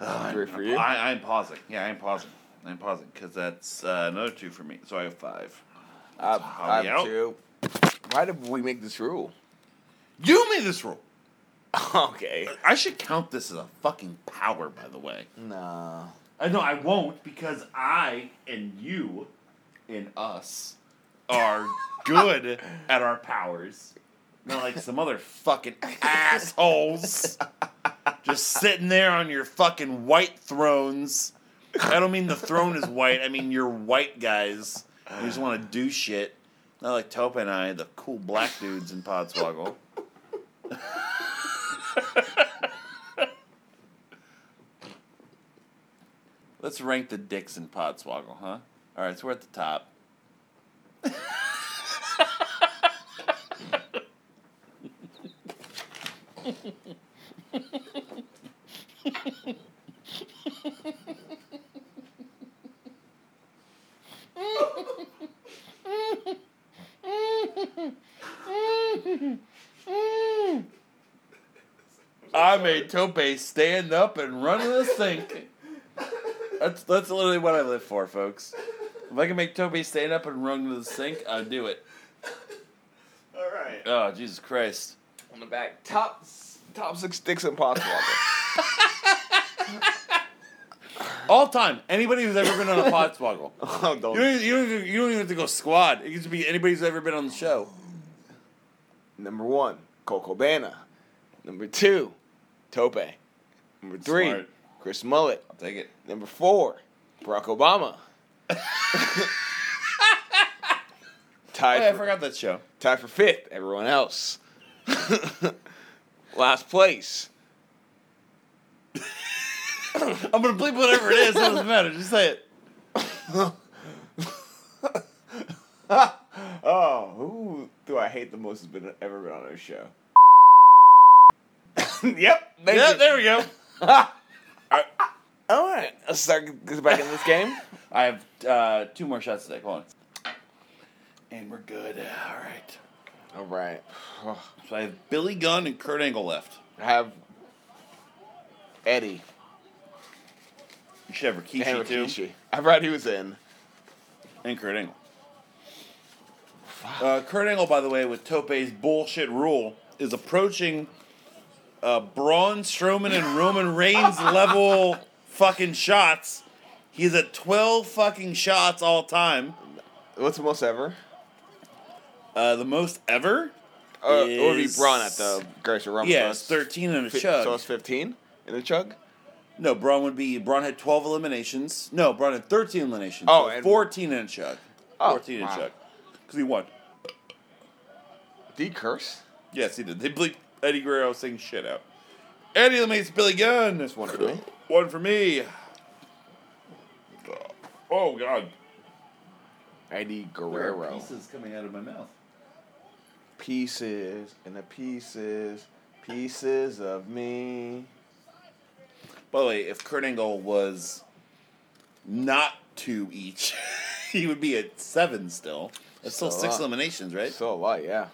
A: Ugh,
B: Three
A: I'm-
B: for you.
A: I, I'm pausing. Yeah, I'm pausing. I'm pausing because that's uh, another two for me. So I have five.
B: I,
A: Holly
B: I have
A: out.
B: two. Why did we make this rule?
A: You made this rule.
B: <laughs> okay.
A: I should count this as a fucking power, by the way.
B: No.
A: I know Uh, I won't because I and you and us are good at our powers. Not like some other fucking assholes just sitting there on your fucking white thrones. I don't mean the throne is white. I mean you're white guys. You just want to do shit. Not like Topa and I, the cool black dudes in Podswoggle. Let's rank the dicks in Podswoggle, huh? All right, so we're at the top. I made Tope stand up and run to the sink. That's that's literally what I live for, folks. If I can make Toby stand up and run to the sink, I'd do it.
B: All right.
A: Oh, Jesus Christ.
B: On the back, top s- top six sticks in Podswoggle.
A: All time. Anybody who's ever been on a
B: <laughs>
A: podswoggle.
B: <laughs> oh, don't.
A: You don't, you, don't, even- you don't even have to go squad. It could just be anybody who's ever been on the show.
B: Number one, Coco Bana. Number two, Tope. Number three,
A: Smart.
B: Chris Mullet.
A: Take it.
B: Number four, Barack
A: <laughs>
B: Obama.
A: Oh,
B: tied,
A: yeah, I
B: for,
A: forgot that show.
B: tied for fifth, everyone else. <laughs> Last place,
A: I'm going to bleep whatever it is. It doesn't matter. Just say it.
B: Oh, who do I hate the most has been ever been on our show? <laughs> yep. thank
A: Yeah,
B: you.
A: there we go.
B: All right. Let's start get back in this game.
A: I have uh, two more shots to take. Hold on. And we're good. All right.
B: <laughs> All right.
A: So I have Billy Gunn and Kurt Angle left.
B: I have Eddie.
A: You should have
B: and
A: Rikishi, too.
B: Rikishi. I forgot he was in.
A: And Kurt Angle. Uh, Kurt Angle, by the way, with Tope's bullshit rule, is approaching uh, Braun Strowman and
B: <laughs>
A: Roman Reigns level fucking shots. He's at 12 fucking shots all time.
B: What's the most ever?
A: Uh, the most ever?
B: Uh, it would be
A: Is-
B: Braun at the Greatest Rumble.
A: Yeah,
B: so
A: it's
B: it's
A: 13 and a
B: fi-
A: chug.
B: So it's 15 in a chug?
A: No, Braun would be. Braun had 12 eliminations. No, Braun had 13 eliminations.
B: Oh,
A: so
B: and-
A: 14 and a chug.
B: Oh,
A: 14 and a
B: wow.
A: chug. Because he won.
B: Did he curse?
A: Yes, he did. They bleeped Eddie Guerrero saying shit out. Eddie eliminates Billy Gunn. That's
B: one for me.
A: One for me. Oh God.
B: Eddie Guerrero.
A: coming out of my mouth.
B: Pieces and the pieces, pieces of me.
A: By the way, if Kurt Angle was not two each, <laughs> he would be at seven still. That's still
B: Still
A: six
B: up.
A: eliminations, right?
B: So a lot, yeah.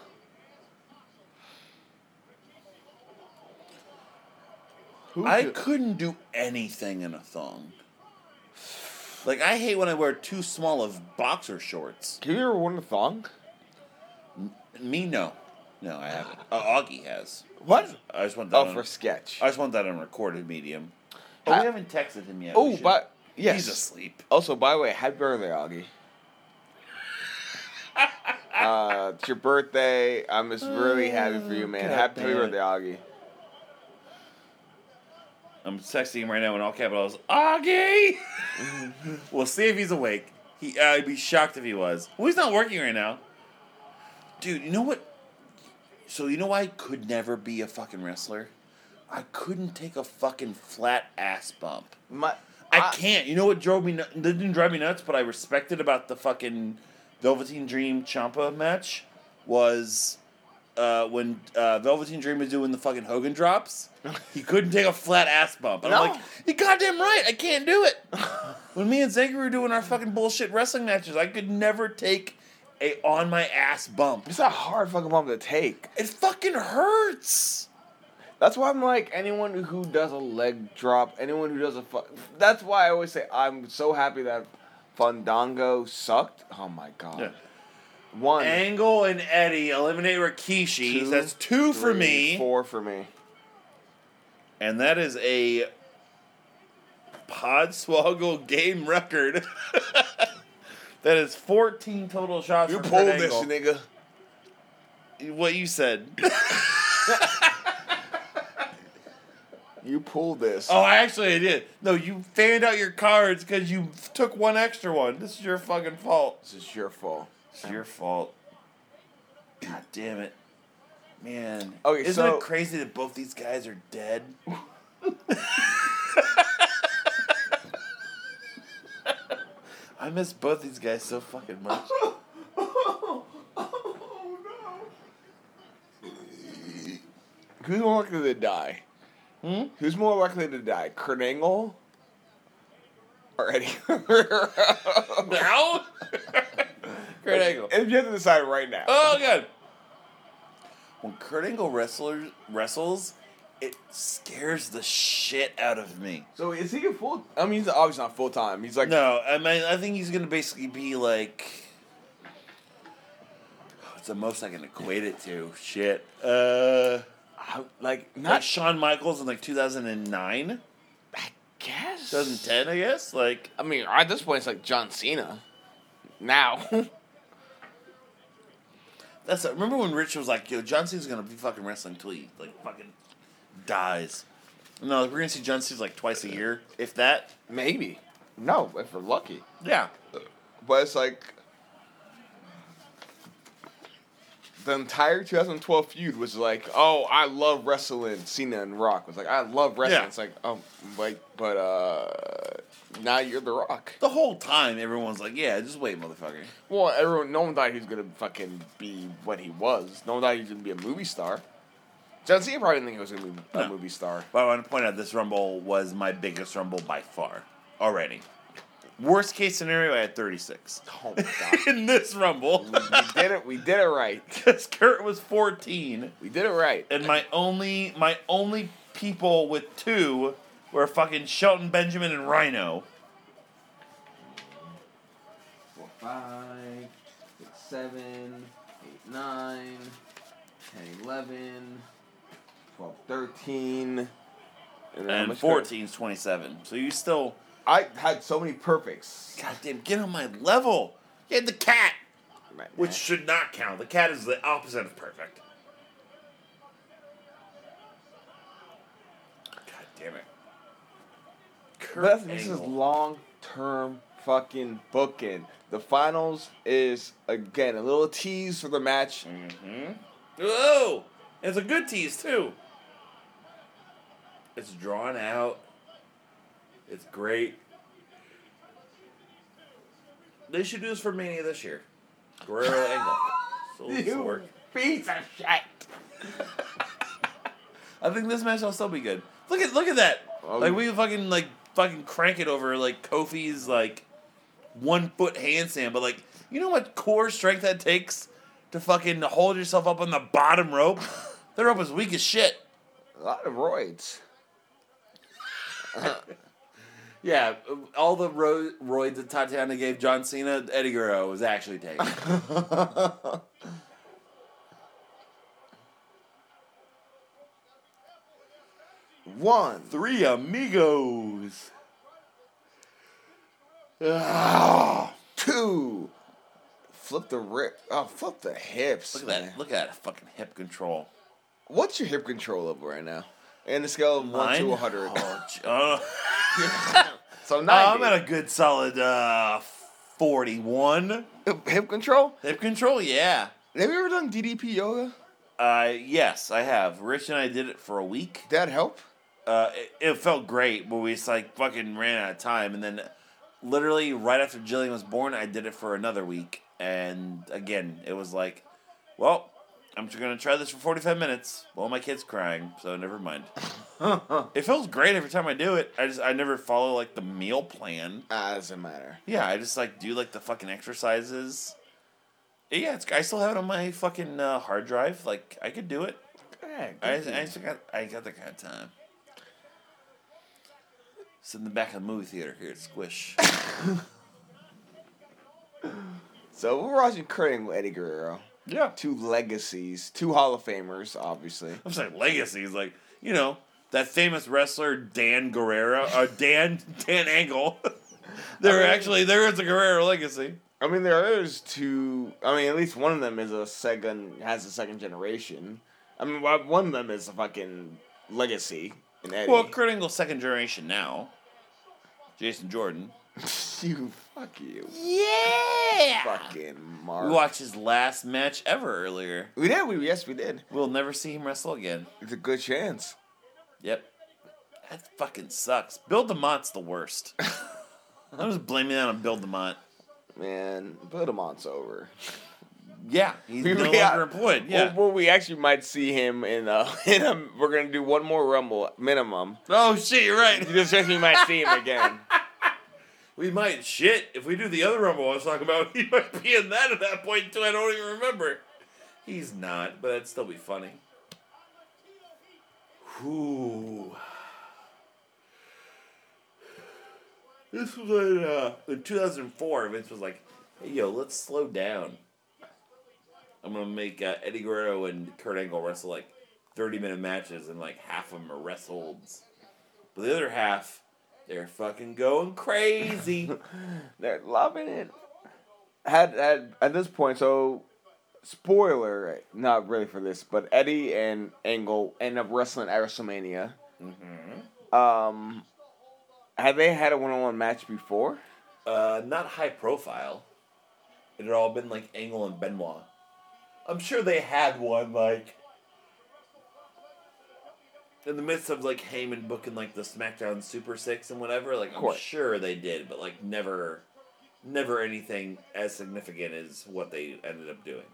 B: Who
A: I
B: do-
A: couldn't do anything in a thong. Like I hate when I wear too small of boxer shorts.
B: Have you ever worn a thong?
A: Me no, no I haven't. Uh, Augie has.
B: What?
A: I just want that.
B: Oh,
A: on,
B: for sketch.
A: I just want that on recorded medium. Oh,
B: Ha-
A: we haven't texted him yet. We
B: oh,
A: should.
B: but yes.
A: he's asleep.
B: Also, by the way, happy birthday,
A: <laughs>
B: Augie. uh, it's your birthday. I'm just really happy for you, man.
A: Oh, God
B: happy
A: damn it.
B: birthday, Augie.
A: I'm texting him right now in all capitals.
B: <laughs>
A: Augie. we'll see if he's awake. He, I'd be shocked if he was. Well, he's not working right now. Dude, you know what? So you know why I could never be a fucking wrestler? I couldn't take a fucking flat ass bump.
B: My,
A: I can't. You know what drove me? nu- Didn't drive me nuts, but I respected about the fucking Velveteen Dream Champa match was uh, when uh, Velveteen Dream was doing the fucking Hogan <laughs> drops, he couldn't take a flat ass bump. And I'm
B: No.
A: like, you're goddamn right, I can't do it. <laughs> when me and Zanker were doing our fucking bullshit wrestling matches, I could never take a on my ass bump.
B: It's a hard fucking bump to take.
A: It fucking hurts.
B: That's why I'm like anyone who does a leg drop, anyone who does a fu- That's why I always say I'm so happy that Fandango sucked. Oh my god. One,
A: Angle and Eddie eliminate Rikishi.
B: two,
A: That's two for
B: three,
A: me.
B: Four for me.
A: And that is a Podswoggle game record. <laughs> that is 14 total shots.
B: You
A: for
B: pulled
A: Kurt
B: this,
A: Angle.
B: nigga.
A: What you
B: <laughs>
A: said.
B: You pulled this.
A: Oh, I actually did. No, you fanned out your cards because you took one extra one. This is your fucking fault.
B: This is your fault.
A: It's your fault. God damn it. Man.
B: Okay,
A: Isn't
B: so-
A: it crazy that both these guys are <laughs> dead? I miss both these guys so fucking much.
B: Who's more likely to die? Hmm? Who's more likely to die? Kurt Angle or Eddie? <laughs> if
A: <laughs> <laughs> now? Great angle.
B: you have to decide right now.
A: Oh god. When Kurt Angle wrestler wrestles, it scares the shit out of me.
B: So is he a full? I mean, he's obviously not full time. He's like
A: No, I mean I think he's gonna basically be like oh, it's the most I can equate it to. Shit. Uh
B: I- like
A: not
B: not.
A: Shawn Michaels in like 2009,
B: I guess
A: 2010, I guess. Like
B: I mean, at this point, it's like John Cena. Now, <laughs>
A: that's remember when Rich was like, "Yo, John Cena's gonna be fucking wrestling till he like fucking dies." No, we're gonna see John Cena like twice a year, if that.
B: maybe. No, if we're lucky.
A: Yeah.
B: But it's like the entire 2012 feud was like, oh, I love wrestling. Cena and Rock was like, I love wrestling.
A: Yeah.
B: It's like, oh, like, but uh, now you're the Rock.
A: The whole time, everyone's like, "Yeah, just wait, motherfucker."
B: Well, everyone, no one thought he was gonna fucking be what he was. No one thought he was gonna be a movie star. John Cena probably didn't think he was gonna be a
A: No.
B: movie star.
A: But I want to point out this Rumble was my biggest Rumble by far already. Worst case scenario, I had 36
B: Oh <laughs> my god,
A: <laughs> in this Rumble <laughs>
B: we did it. We did it right.
A: because Kurt was 14,
B: We did it right.
A: and my only my only people with two were fucking Shelton Benjamin and Rhino.
B: Four, five, six, seven, eight, nine, ten, eleven, twelve, thirteen, and, then how
A: And
B: much credit?
A: 14 is 27. So you still,
B: I had so many perfects.
A: goddamn, get on my level. You had the cat, which should not count. The cat is the opposite of perfect. God damn it.
B: But
A: Kurt
B: that's, this is
A: Angle.
B: long term fucking booking. The finals is again a little tease for the match.
A: Mm,
B: <laughs>
A: Oh, it's a good tease too. It's drawn out. It's great. They should do this for Mania this year. Guerrero
B: <laughs>
A: Angle. So this will work.
B: piece of shit.
A: I think this match will still be good. Look at look at that.
B: Oh,
A: like
B: yeah.
A: we fucking like fucking crank it over like Kofi's like one foot handstand, but like you know what core strength that takes to fucking hold yourself up on the bottom <laughs> rope. the rope is weak as shit.
B: A lot of roids.
A: Yeah, all the ro- roids that Tatiana gave John Cena, Eddie Guerrero was actually taking.
B: One.
A: <laughs> Three amigos.
B: two. Flip the rip. Oh, flip the hips.
A: Look at
B: man.
A: that. Look at that fucking hip control.
B: What's your hip control level right now? In the scale of one to
A: Mine?
B: one hundred.
A: Oh, j- oh.
B: <laughs> So
A: Oh,
B: ninety.
A: I'm at a good solid uh, 41.
B: hip control.
A: Hip control, yeah.
B: Have you ever done DDP yoga?
A: Uh, yes, I have. Rich and I did it for a week.
B: Did that help?
A: Uh, it, it felt great, but we just like fucking ran out of time. And then, literally right after Jillian was born, I did it for another week. And again, it was like, well, I'm just gonna try this for 45 minutes. Well, my kid's crying, so never <laughs> mind. it feels great every time I do it. I just I never follow like the meal plan.
B: Ah, doesn't matter.
A: Yeah, I just like do like the fucking exercises. Yeah, it's, I still have it on my fucking uh, hard drive. Like I could do it. I, I still got I got that kind of time. Sit in the back of the movie theater here at Squish.
B: so we're watching current with Eddie Guerrero.
A: yeah.
B: Two legacies, two Hall of Famers, obviously.
A: I'm saying legacies, like you know that famous wrestler Dan Guerrero or Dan Dan <laughs> Angle. there
B: I mean-
A: actually there is a Guerrero legacy.
B: I mean, there is two. I mean, at least one of them is a second has a second generation. I mean, why- one of them is a fucking legacy. In Eddie.
A: Well, Kurt Angle's second generation now. Jason Jordan.
B: <laughs> you fuck you,
A: Yeah.
B: fucking Mark.
A: We watched his last match ever earlier.
B: We did. We yes, we did.
A: We'll never see him wrestle again.
B: It's a good chance.
A: Yep. That fucking sucks. Bill DeMont's the
B: <laughs>
A: worst. I'm just blaming that on Bill DeMont.
B: Man, Beaumont's over.
A: Yeah, he's no
B: Yeah.
A: longer employed. Yeah.
B: Well, well, we actually might see him in uh <laughs> in a, we're gonna do one more rumble minimum.
A: oh shit, you're right.
B: This just we might see him again.
A: We might shit if we do the other rumble I was talking about. <laughs> He might be in that at that point too. I don't even remember. He's not, but that'd still be funny. Whew. This was in, uh, in 2004. Vince was like, "Hey, yo, let's slow down. I'm gonna make uh, Eddie Guerrero and Kurt Angle wrestle like 30 minute matches, and like half of them are rest holds, but the other half." They're fucking going crazy.
B: <laughs> They're loving it. Had had at this point, so spoiler, not really for this, but Eddie and Angle end up wrestling at WrestleMania. Um, had they had a one-on-one match before?
A: uh, not high profile. It had all been like Angle and Benoit. I'm sure they had one like in the midst of like Heyman booking like the SmackDown Super Six and whatever. Like I'm
B: course.
A: sure they did, but like never, never anything as significant as what they ended up doing.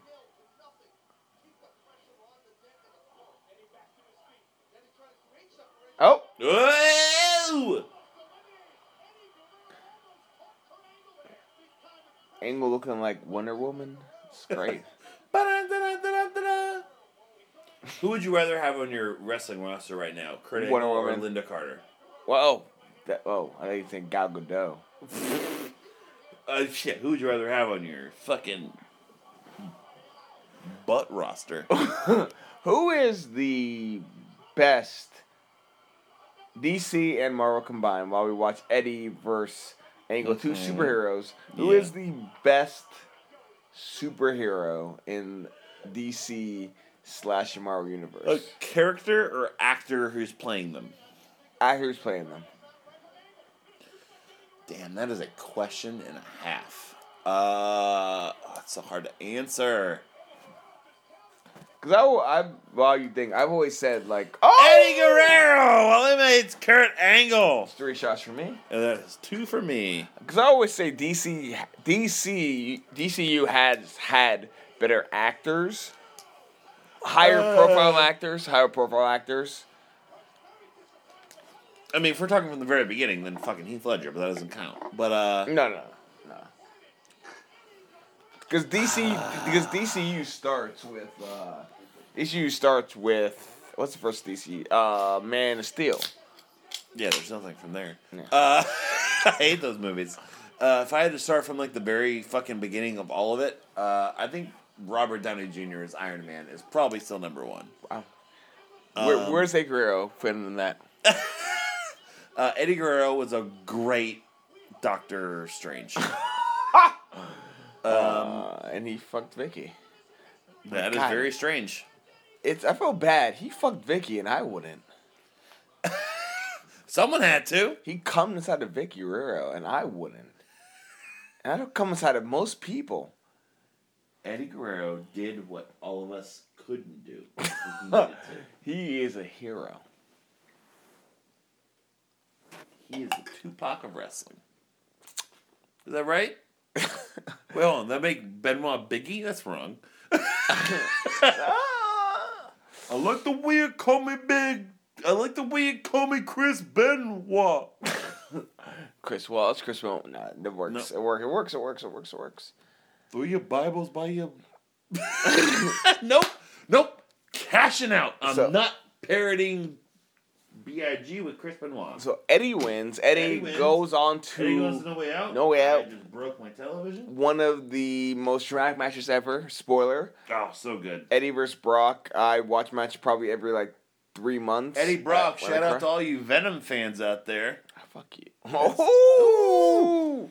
B: Oh,
A: Whoa!
B: Angle looking like Wonder Woman. It's great. <laughs>
A: Ba-da-da-da-da-da-da. Who would you rather have on your wrestling roster right now, Kurt Angle
B: Wonder
A: or
B: Woman.
A: Linda Carter?
B: Whoa, that, oh, I thought you said Gal Gadot.
A: Uh, shit, who would you rather have on your fucking butt <laughs> roster?
B: Who is the best DC and Marvel combined while we watch Eddie versus Angle, two superheroes? Who
A: Yeah.
B: is the best superhero in DC slash Marvel universe?
A: A character or actor who's playing them?
B: I hear who's playing them.
A: Damn, that is a question and a half. Uh, oh, it's so hard to answer.
B: Because I, will- I, while you think, I've always said, like, oh!
A: Eddie Guerrero eliminates Kurt Angle.
B: Three shots for me.
A: And that is two for me.
B: Because I always say DC, DC, DCU has had better actors, higher profile actors, higher profile actors.
A: I mean, if we're talking from the very beginning, then fucking Heath Ledger, but that doesn't count. But uh,
B: No, no, no. Because DC, because DCU starts with, uh, DCU starts with what's the first DC? Uh, Man of Steel.
A: Yeah, there's nothing from there.
B: Yeah.
A: Uh, <laughs> I hate those movies. Uh, if I had to start from like the very fucking beginning of all of it, uh, I think Robert Downey Jr. as Iron Man is probably still number one.
B: Wow. Where, where's A. Guerrero fitting in that?
A: Uh, Eddie Guerrero was a great Doctor
B: <laughs>
A: Strange.
B: Oh Uh, and he fucked Vicky.
A: That is
B: God.
A: very strange.
B: It's I feel bad. He fucked Vicky and I wouldn't.
A: Someone had to.
B: He come inside of Vic Guerrero, and I wouldn't. And I don't come inside of most people.
A: Eddie Guerrero did what all of us couldn't <laughs> do. He needed to.
B: He is a hero.
A: He is the Tupac of wrestling. Is that
B: <laughs>
A: right? well, that make Benoit Biggie? That's wrong. I like the way you call me big. I like the way you call me Chris Benoit.
B: Chris Wallace, Chris Won't. Nah, it works. It works. It works. It works. It works. It works.
A: Throw your Bibles by
B: <laughs>
A: your. nope. Nope. Cashing out. I'm
B: So-
A: not parodying B.I.G. with Chris Benoit.
B: So Eddie wins. Eddie,
A: Eddie wins.
B: goes on to
A: Eddie goes to No Way Out.
B: No Way
A: I
B: Out.
A: just broke my television.
B: one of the most dramatic matches ever. Spoiler:
A: Oh, so good.
B: Eddie versus Brock. I watch match probably every like three months.
A: Eddie Brock,
B: When I
A: shout out to
B: cry.
A: all you Venom fans out there.
B: Ah, Fuck you. <laughs> Oh.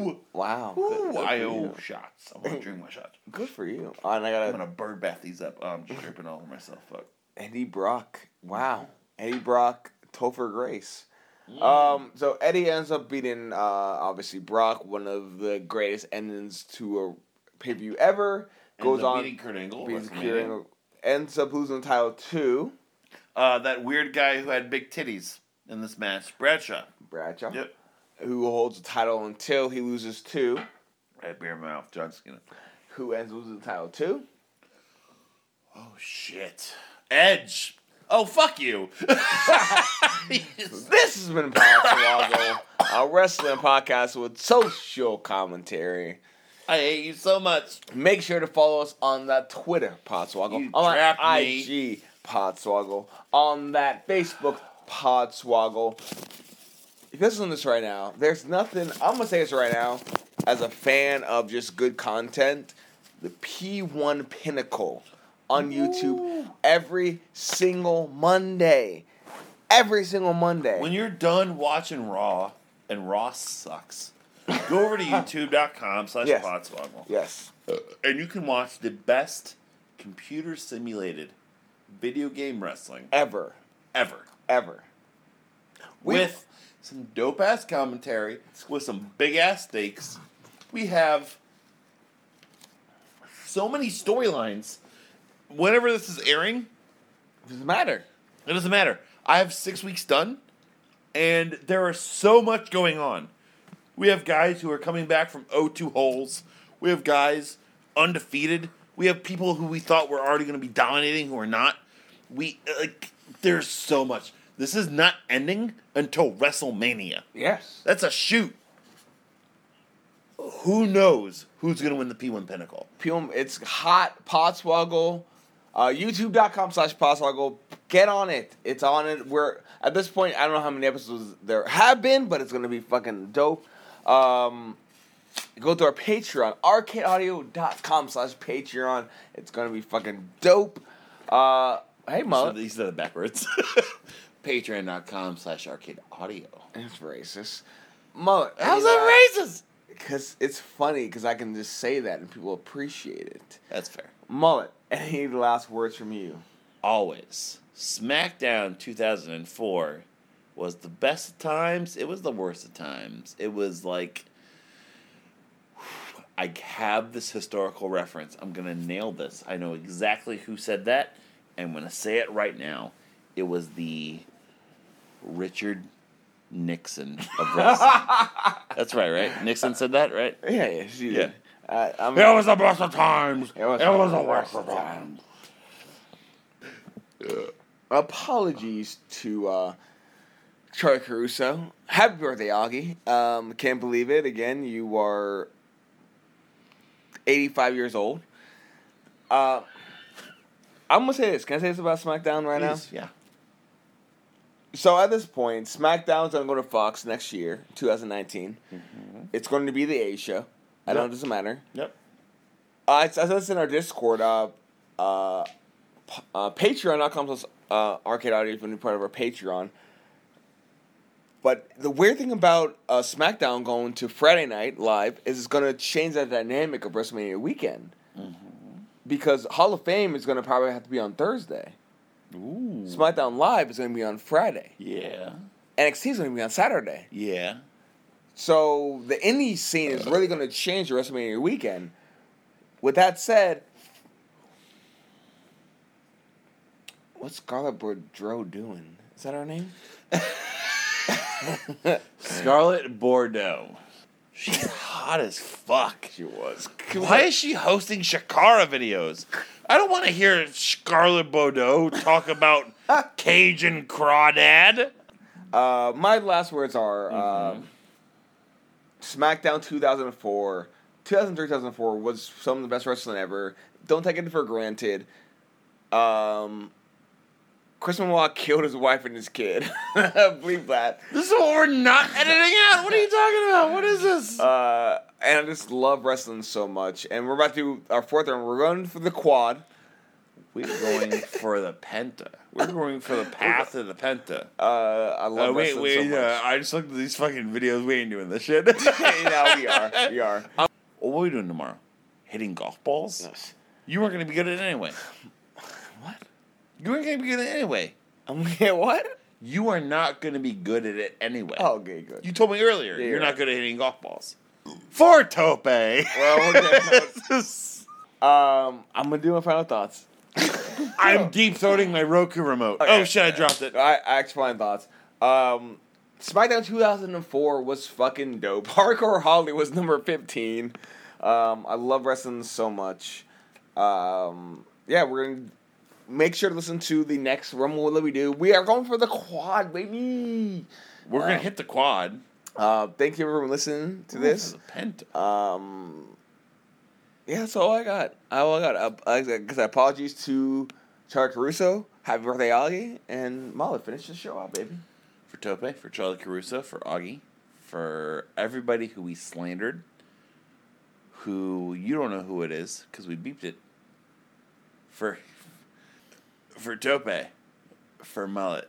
A: Ooh,
B: Wow.
A: ooh,
B: for
A: I
B: you.
A: owe shots. I'm gonna drink my shots.
B: Good for you. Ah, And I
A: I'm
B: got
A: gonna bird bath these up. Oh,
B: <laughs>
A: I'm just dripping all over myself. Fuck.
B: Eddie Brock.
A: Mm-hmm.
B: Wow. Eddie Brock, Topher Grace.
A: Mm.
B: Um, so Eddie ends up beating uh, obviously Brock, one of the greatest endings to a pay per view ever.
A: Ends
B: Goes
A: up
B: on
A: beating Kurt Angle.
B: beats
A: WrestleMania.
B: Kurt Angle. ends up losing the title two.
A: Uh, that weird guy who had big titties in this match, Bradshaw.
B: Bradshaw,
A: Yep.
B: who holds the title until he loses two.
A: Right beer mouth, John Cena.
B: Who ends up losing the title two?
A: Oh shit. Edge. Oh fuck you. <laughs>
B: This has been Powerswago, a wrestling podcast with social commentary.
A: I hate you so much.
B: Make sure to follow us on that Twitter, Podswoggle.
A: You
B: on that
A: trapped me.
B: IG, Podswoggle. On that Facebook, Podswoggle. If you're listening to this right now, there's nothing, I'm going to say this right now, as a fan of just good content, the P1 Pinnacle on YouTube every single Monday. Every single Monday.
A: When you're done watching Raw, and Raw sucks, go
B: <laughs>
A: over to youtube.com slash
B: Yes.
A: podswoggle.
B: yes.
A: And you can watch the best computer simulated video game wrestling
B: Ever.
A: ever.
B: Ever. We-
A: with some dope ass commentary, with some big ass stakes. We have so many storylines. Whenever this is airing,
B: Doesn't matter.
A: it doesn't matter. I have six weeks done, and there is so much going on. We have guys who are coming back from 0-2 holes. We have guys undefeated. We have people who we thought were already going to be dominating who are not. We like there's so much. This is not ending until WrestleMania.
B: Yes.
A: That's a shoot. Who knows who's going to win the P1 Pinnacle?
B: Pum, it's hot Podswoggle. Uh, YouTube.com slash Podswoggle. Get on it. It's on it. We're at this point. I don't know how many episodes there have been, but it's gonna be fucking dope. Um, go to our Patreon, arcadeaudio.com slash Patreon. It's gonna be fucking dope. Uh, hey,
A: So
B: Mullet.
A: these are the backwards. Patreon.com slash arcade audio.
B: It's racist. Mullet.
A: How's that racist?
B: Because it's funny. Because I can just say that and people appreciate it.
A: That's fair.
B: Mullet. <laughs> Any last words from you?
A: Always. SmackDown 2004 was the best of times. It was the worst of times. It was like, I have this historical reference. I'm going to nail this. I know exactly who said that. I'm going to say it right now. It was the Richard Nixon <laughs> of wrestling. That's right, right? Nixon said that, right?
B: Yeah, yeah, she
A: Yeah.
B: did. Uh, I'm,
A: It was the best of times. It was,
B: was
A: the worst of times.
B: apologies to uh, Charlie Caruso. Happy birthday, Augie. Um, can't believe it. Again, you are 85 years old. Uh, I'm going to say this. Can I say this about SmackDown right now?
A: Yeah.
B: So at this point, SmackDown's going to go to Fox next year, 2019. It's going to be the A show. I
A: Mm-hmm.
B: know
A: Yep.
B: it doesn't matter.
A: Yep.
B: Uh, I said this in our Discord. Uh, uh, p- uh, Patreon.com slash uh, Arcade Audio is going to be part of our Patreon. But the weird thing about uh, SmackDown going to Friday Night Live is it's going to change that dynamic of WrestleMania weekend. Because Hall of Fame is going to probably have to be on Thursday.
A: Ooh.
B: SmackDown Live is going to be on Friday.
A: Yeah.
B: NXT is going to be on Saturday.
A: Yeah.
B: So the indie scene is really going to change the WrestleMania weekend. With that said, what's Scarlett Bordeaux doing? Is that her name?
A: Scarlet Bordeaux. She's hot as fuck.
B: was.
A: Why is she hosting Shakara videos? I don't want to hear Scarlett Bordeaux talk <laughs> about Cajun crawdad.
B: Uh, my last words are um, SmackDown 2004. 2003 2004 was some of the best wrestling ever. Don't take it for granted. Um, Chris Benoit killed his wife and his kid. <laughs> Believe that.
A: This is what we're not editing out. What are you talking about? What is this?
B: Uh, and I just love wrestling so much. And we're about to do our fourth round. We're going for the quad.
A: We're going for the penta. We're going for the path of the penta.
B: Uh, I love
A: Uh, wait,
B: wrestling
A: wait.
B: so much.
A: uh, I just looked at these fucking videos. We ain't doing this <laughs> shit.
B: <laughs> yeah, we are. We are.
A: what are we doing tomorrow? Hitting golf balls? You weren't going to be good at it anyway.
B: <sighs> What?
A: You weren't going to be good at it anyway.
B: I'm like, what?
A: You are not going to be good at it anyway.
B: Oh, okay, good.
A: You told me earlier
B: Yeah,
A: you're
B: you're
A: not
B: right.
A: good at hitting golf balls. For Tope.
B: Well, okay.
A: <laughs> This-
B: um, I'm gonna do my final thoughts.
A: I'm deep throating my Roku remote.
B: Okay.
A: Oh shit, I dropped it.
B: I, I actually my thoughts. Um, SmackDown 2004 was fucking dope. <laughs> Hardcore Holly was number 15. Um, I love wrestling so much. Um, yeah, we're gonna make sure to listen to the next Rumble that we do. We are going for the quad, baby.
A: We're gonna hit the quad.
B: Uh, thank you everyone listening to
A: This
B: this.
A: is a penta.
B: Um, yeah, that's all I got. All I got. I, I, cause apologies to Charlie Caruso. Happy birthday, Ollie. And Molly, finish the show out, baby.
A: For Tope, for Charlie Caruso, for Augie, for everybody who we slandered, who you don't know who it is because we beeped it. For for Tope, for Mullet.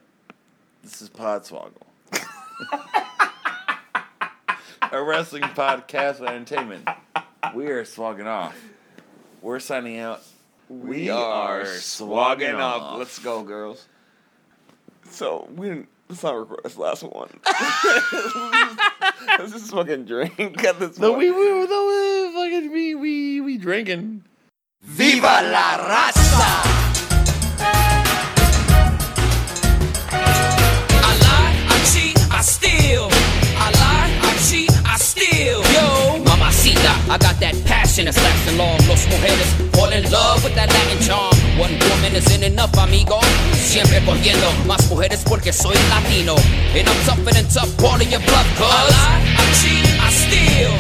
A: This is Podswoggle. <laughs> A wrestling podcast with entertainment. We are swagging off. We're signing out. We are swagging off.
B: Let's go, girls. So we didn't. Let's not record this last one. let's just fucking drink at this.
A: No,
B: point.
A: we we no, we fucking we we we drinking.
C: ¡Viva la raza! I lie, I cheat, I steal. I lie, I cheat, I steal. Yo, mamacita, I got that passion that's lasting long. Los mujeres fall in love with that Latin charm. One woman isn't enough, amigo. Siempre cogiendo más mujeres porque soy latino. And I'm tougher than tough, part of your bluff, cuz. I lie, I cheat, I steal.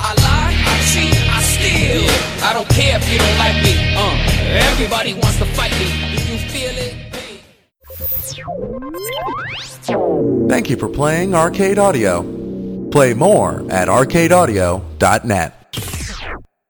C: I lie, I cheat, I steal. I don't care if you don't like me. Uh, everybody wants to fight me. Do you feel it? Hey.
D: Thank you for playing Arcade Audio. Play more at arcadeaudio.net.